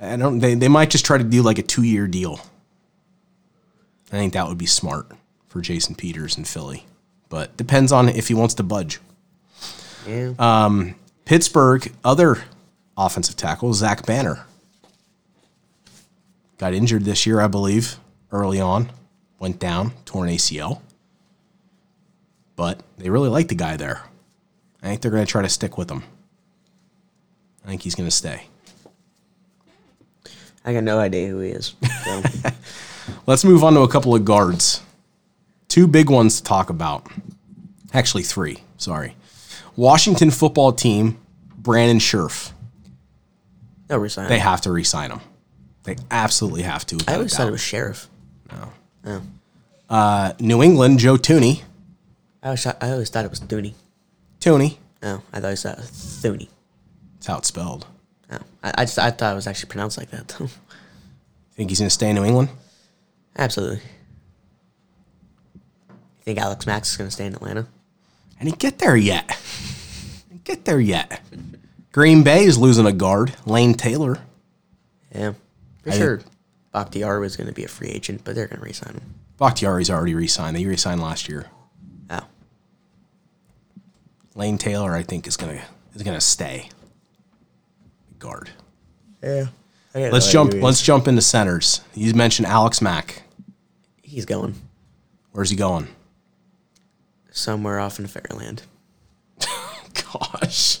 I don't. They they might just try to do like a two year deal. I think that would be smart for Jason Peters and Philly, but depends on if he wants to budge. Um,
Yeah,
Pittsburgh, other offensive tackle, Zach Banner. Got injured this year, I believe, early on. Went down, torn ACL. But they really like the guy there. I think they're going to try to stick with him. I think he's going to stay.
I got no idea who he is. So.
Let's move on to a couple of guards. Two big ones to talk about. Actually, three. Sorry. Washington football team, Brandon Scherf.
no resign.
They
him.
have to re sign him. They absolutely have to.
I
without a
always thought
doubt.
it was sheriff.
Uh, New England, Joe Tooney.
I always, thought- I always thought it was Thuney.
Tooney.
Oh, I thought it was uh, Thuney.
It's how it's spelled.
Oh, I, I just I thought it was actually pronounced like that though.
Think he's going to stay in New England?
Absolutely. You think Alex Max is gonna stay in Atlanta?
I didn't get there yet. I didn't get there yet. Green Bay is losing a guard, Lane Taylor.
Yeah, for
I
sure. Bob Diarra was gonna be a free agent, but they're gonna resign him.
Bakhtiari's already re signed. They re signed last year.
Oh,
Lane Taylor, I think, is going to is gonna stay. Guard.
yeah.
Let's jump. Let's jump into centers. You mentioned Alex Mack.
He's going
Where's he going?
somewhere off in Fairland.
Gosh,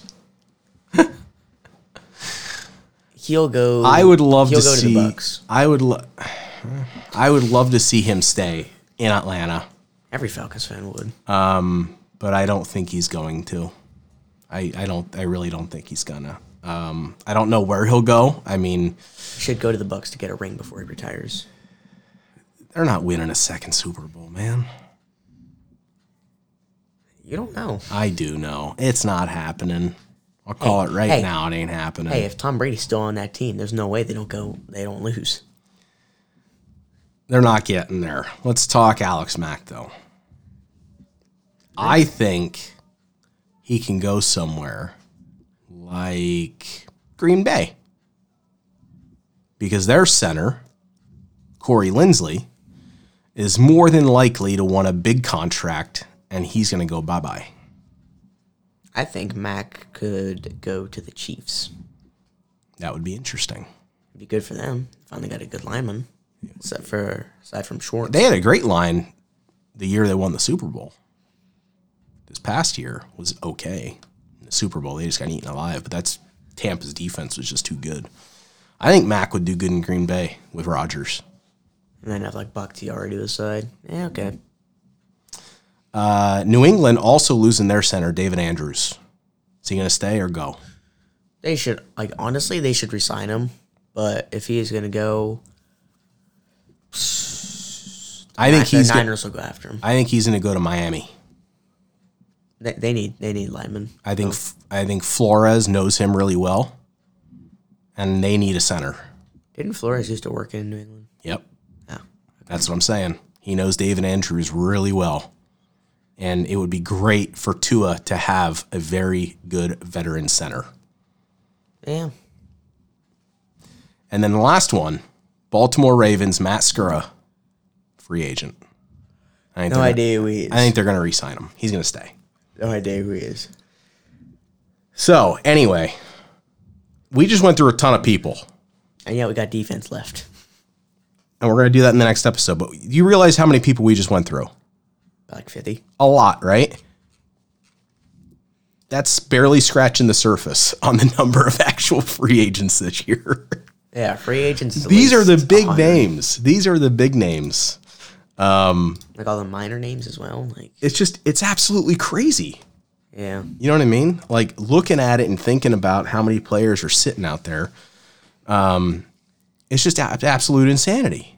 He'll go.
I would love
he'll
to
go
see.
to the Bucks.
I would. Lo- I would love to see him stay in Atlanta,
Every Falcons fan would.
Uh, but I don't think he's going to. I, I don't. I really don't think he's gonna. Um, I don't know where he'll go. I mean,
Should go to the Bucks to get a ring before he retires.
they're not winning a second Super Bowl, man.
You don't know.
I do know it's not happening. I'll call it right
hey.
now. It ain't happening.
Hey, if Tom Brady's still on that team, there's no way they don't go. They don't lose.
They're not getting there. Let's talk Alex Mack though. I think he can go somewhere like Green Bay. Because their center, Corey Lindsley, is more than likely to want a big contract and he's gonna go bye bye.
I think Mac could go to the Chiefs.
That would be interesting.
It'd be good for them. Finally got a good lineman, except for aside from Schwartz.
They had a great line the year they won the Super Bowl. This past year was okay. In the Super Bowl, they just got eaten alive, but that's Tampa's defense was just too good. I think Mac would do good in Green Bay with Rodgers.
and then have like Bakhtiari to the side. Yeah, okay.
Uh, New England also losing their center, David Andrews. Is he going to stay or go?
They should like honestly, they should resign him. But if he is gonna go,
I think
the
he's. Gonna,
Niners will go after him.
I think he's going to go to Miami.
They, they need they need linemen.
I think. I think Flores knows him really well, and they need a center.
Didn't Flores used to work in New England?
Yep.
Oh.
That's what I'm saying. He knows David Andrews really well. And it would be great for Tua to have a very good veteran center.
Yeah.
And then the last one, Baltimore Ravens, Matt Skura, free agent. I think
No
they're-
idea who he is.
I think they're going to re sign him. He's going to stay.
no idea who he is.
So, anyway, we just went through a ton of people.
And yeah, we got defense left.
And we're going to do that in the next episode. But you realize how many people we just went through?
Like fifty.
a lot, right? That's barely scratching the surface on the number of actual free agents this year.
Yeah, free agents. is at
These are the
least
big
100.
names. These are the big names.
Like all the minor names as well. Like
It's just, it's absolutely crazy.
yeah,
You know what I mean? Like looking at it and thinking about how many players are sitting out there, um, it's just a- absolute insanity.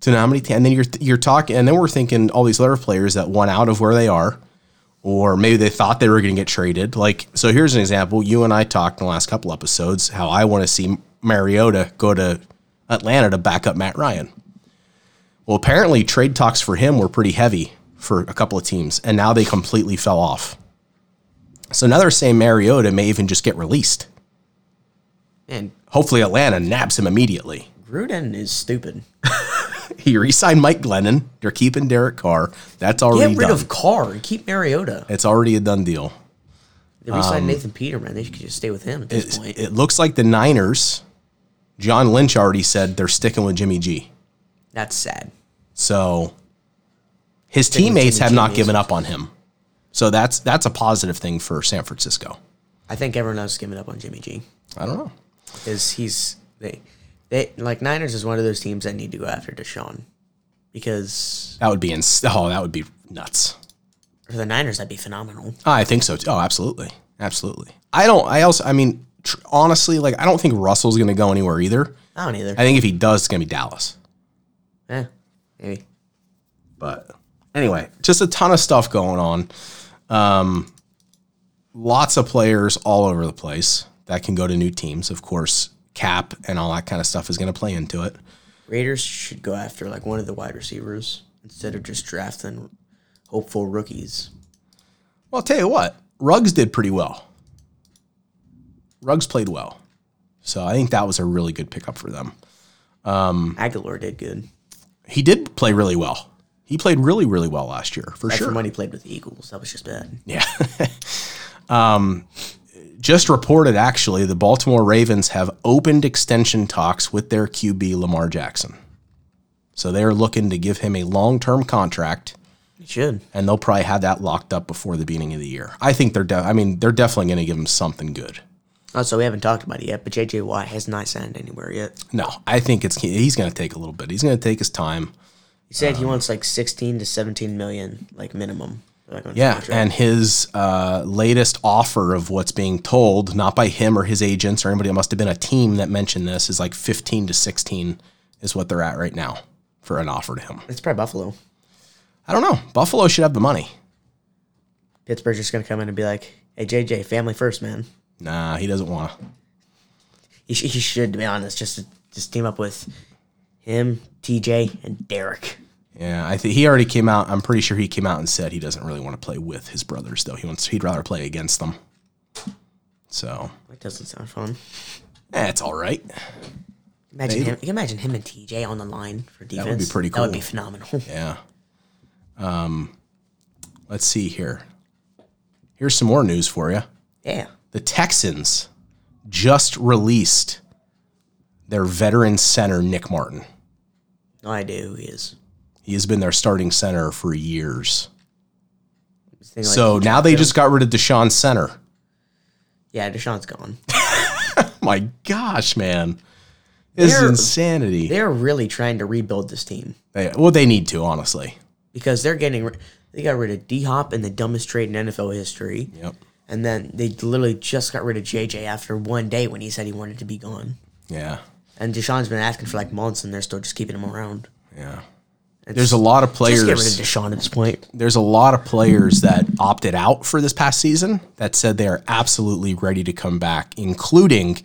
To know how many, and then you're you're talking, and then we're thinking all these other players that won out of where they are, or maybe they thought they were going to get traded. Like, so here's an example. You and I talked in the last couple episodes how I want to see Mariota go to Atlanta to back up Matt Ryan. Well, apparently trade talks for him were pretty heavy for a couple of teams, and now they completely fell off. So now they're saying Mariota may even just get released.
and
Hopefully, Atlanta nabs him immediately.
Gruden is stupid.
He re-signed Mike Glennon. They're keeping Derek Carr. That's already
Get rid
done.
of Carr and keep Mariota.
it's already a done deal.
They re-signed Nathan Peterman. They could just stay with him at this point.
Um, It looks like the Niners. John Lynch already said they're sticking with Jimmy G.
That's sad.
So his
with
teammates
Jimmy
have
G
not
means-
given up on him. So that's that's a positive thing for San Francisco.
I think everyone else is giving up on Jimmy G
I don't know.
because he's they they like Niners is one of those teams that need to go after Deshaun because
That would be ins- oh, that would be nuts.
for the Niners that'd be phenomenal.
I think so too. Oh, absolutely, absolutely. I don't. I also. I mean, tr- honestly, like I don't think Russell's going to go anywhere either.
I don't either.
I think if he does, it's going to be Dallas.
Eh, maybe
But anyway, just a ton of stuff going on. Um, lots of players all over the place that can go to new teams. Of course, cap and all that kind of stuff is going to play into it.
Raiders should go after like one of the wide receivers instead of just drafting hopeful rookies.
Well, I'll tell you what, Ruggs did pretty well. Ruggs played well. So I think that was a really good pickup for them.
Um, Aguilar did good.
He did play really well. He played really, really well last year, for
That's
sure.
from when he played with the Eagles. That was just bad.
Yeah. um, just reported, actually, the Baltimore Ravens have opened extension talks with their QB, Lamar Jackson. So they're looking to give him a long term contract,
He should.
and they'll probably have that locked up before the beginning of the year. I think they're, de- I mean, they're definitely going to give him something good.
Also, we haven't talked about it yet, but JJ Watt has not signed anywhere yet.
No, I think it's, he's going to take a little bit. He's going to take his time.
He said
Um,
he wants like 16 to 17 million, like minimum. Like on his
Yeah,
contract.
and his uh, latest offer of what's being told, not by him or his agents or anybody, it must have been a team that mentioned this, is like 15 to 16 is what they're at right now for an offer to him.
it's probably Buffalo.
I don't know. Buffalo should have the money.
Pittsburgh's just gonna come in and be like, "Hey, JJ, family first, man."
Nah, he doesn't want to.
He, sh- he should, to be honest, just to, just team up with him, TJ, and Derek.
Yeah, I think he already came out. I'm pretty sure he came out and said he doesn't really want to play with his brothers, though. He wants he'd rather play against them. So,
That doesn't sound fun.
that's all right.
Imagine him. You can imagine him and TJ on the line for defense.
would be pretty
That would
cool.
be phenomenal.
Yeah. Um, let's see here. Here's some more news for you.
Yeah.
The Texans just released their veteran center, Nick Martin.
No idea who he is.
He has been their starting center for years.
Just think, like,
so now they just got rid of Deshaun Center.
yeah, Deshaun's gone.
My gosh, man. This is
They're-
insanity.
They're really trying to rebuild this team
They- well, they need to, honestly.
because they're getting ri- they got rid of D Hop in the dumbest trade in NFL history.
Yep.
And then they literally just got rid of JJ after one day when he said he wanted to be gone.
Yeah.
And Deshaun's been asking for like months, and they're still just keeping him around.
Yeah. There's a lot of players.
Just get rid of Deshaun at this point.
there's a lot of players that opted out for this past season that said they are absolutely ready to come back, including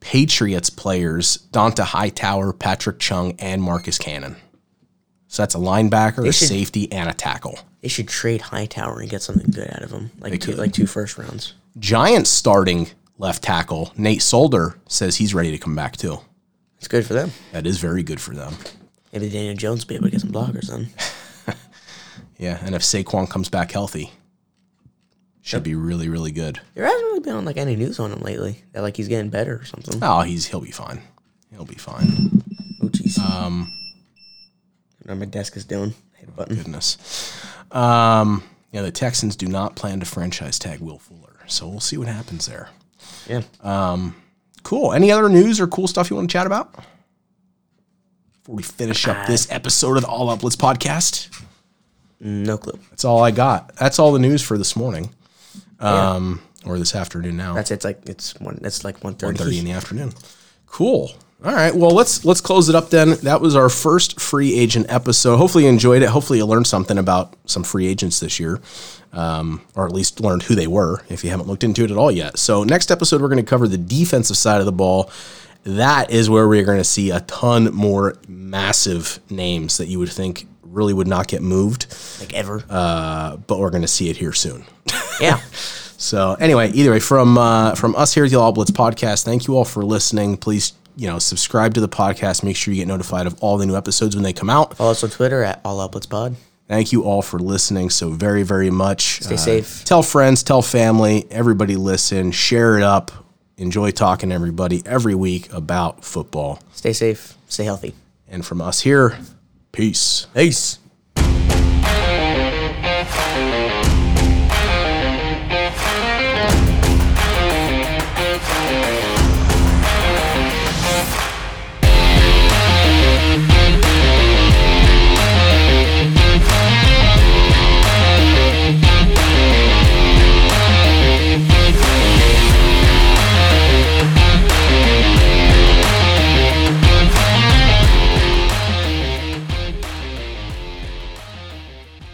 Patriots players Donta Hightower, Patrick Chung, and Marcus Cannon. So that's a linebacker, a
should-
safety, and a tackle.
They should trade Hightower and get something good out of him, like two, like two first rounds.
Giants starting left tackle Nate Solder says he's ready to come back too.
It's good for them.
That is very good for them.
Maybe Daniel Jones will be able to get some blockers then.
Yeah, and if Saquon comes back healthy, should be really, really good.
There hasn't really been like any news on him lately. That like he's getting better or something.
Oh, he's he'll be fine. He'll be fine.
Oh jeez. Um. my desk is down. Hit a button.
goodness. Um, yeah, the Texans do not plan to franchise tag Will Fuller, so we'll see what happens there.
Yeah.
Cool. Any other news or cool stuff you want to chat about? Before we finish up this episode of the All Up Let's podcast,
no clue.
that's all I got. That's all the news for this morning,
Yeah.
um, or this afternoon now,
That's it's like it's one. It's like one
thirty in
thirty.
the afternoon. Cool. All right. Well, let's let's close it up then. That was our first free agent episode. Hopefully, you enjoyed it. Hopefully, you learned something about some free agents this year. um, or at least learned who they were if you haven't looked into it at all yet. So, next episode, we're going to cover the defensive side of the ball. That is where we're going to see a ton more massive names that you would think really would not get moved,
Like ever.
uh, but we're going to see it here soon.
yeah.
So anyway, either way, from uh, from us here at the All Blitz podcast, thank you all for listening. Please, you know, subscribe to the podcast. Make sure you get notified of all the new episodes when they come out.
Follow us on Twitter at All Outlets Pod.
Thank you all for listening so very, very much. Stay
safe.
Tell friends, tell family, everybody listen, share it up. Enjoy talking to everybody every week about football.
Stay safe. Stay healthy.
And from us here, peace.
Peace.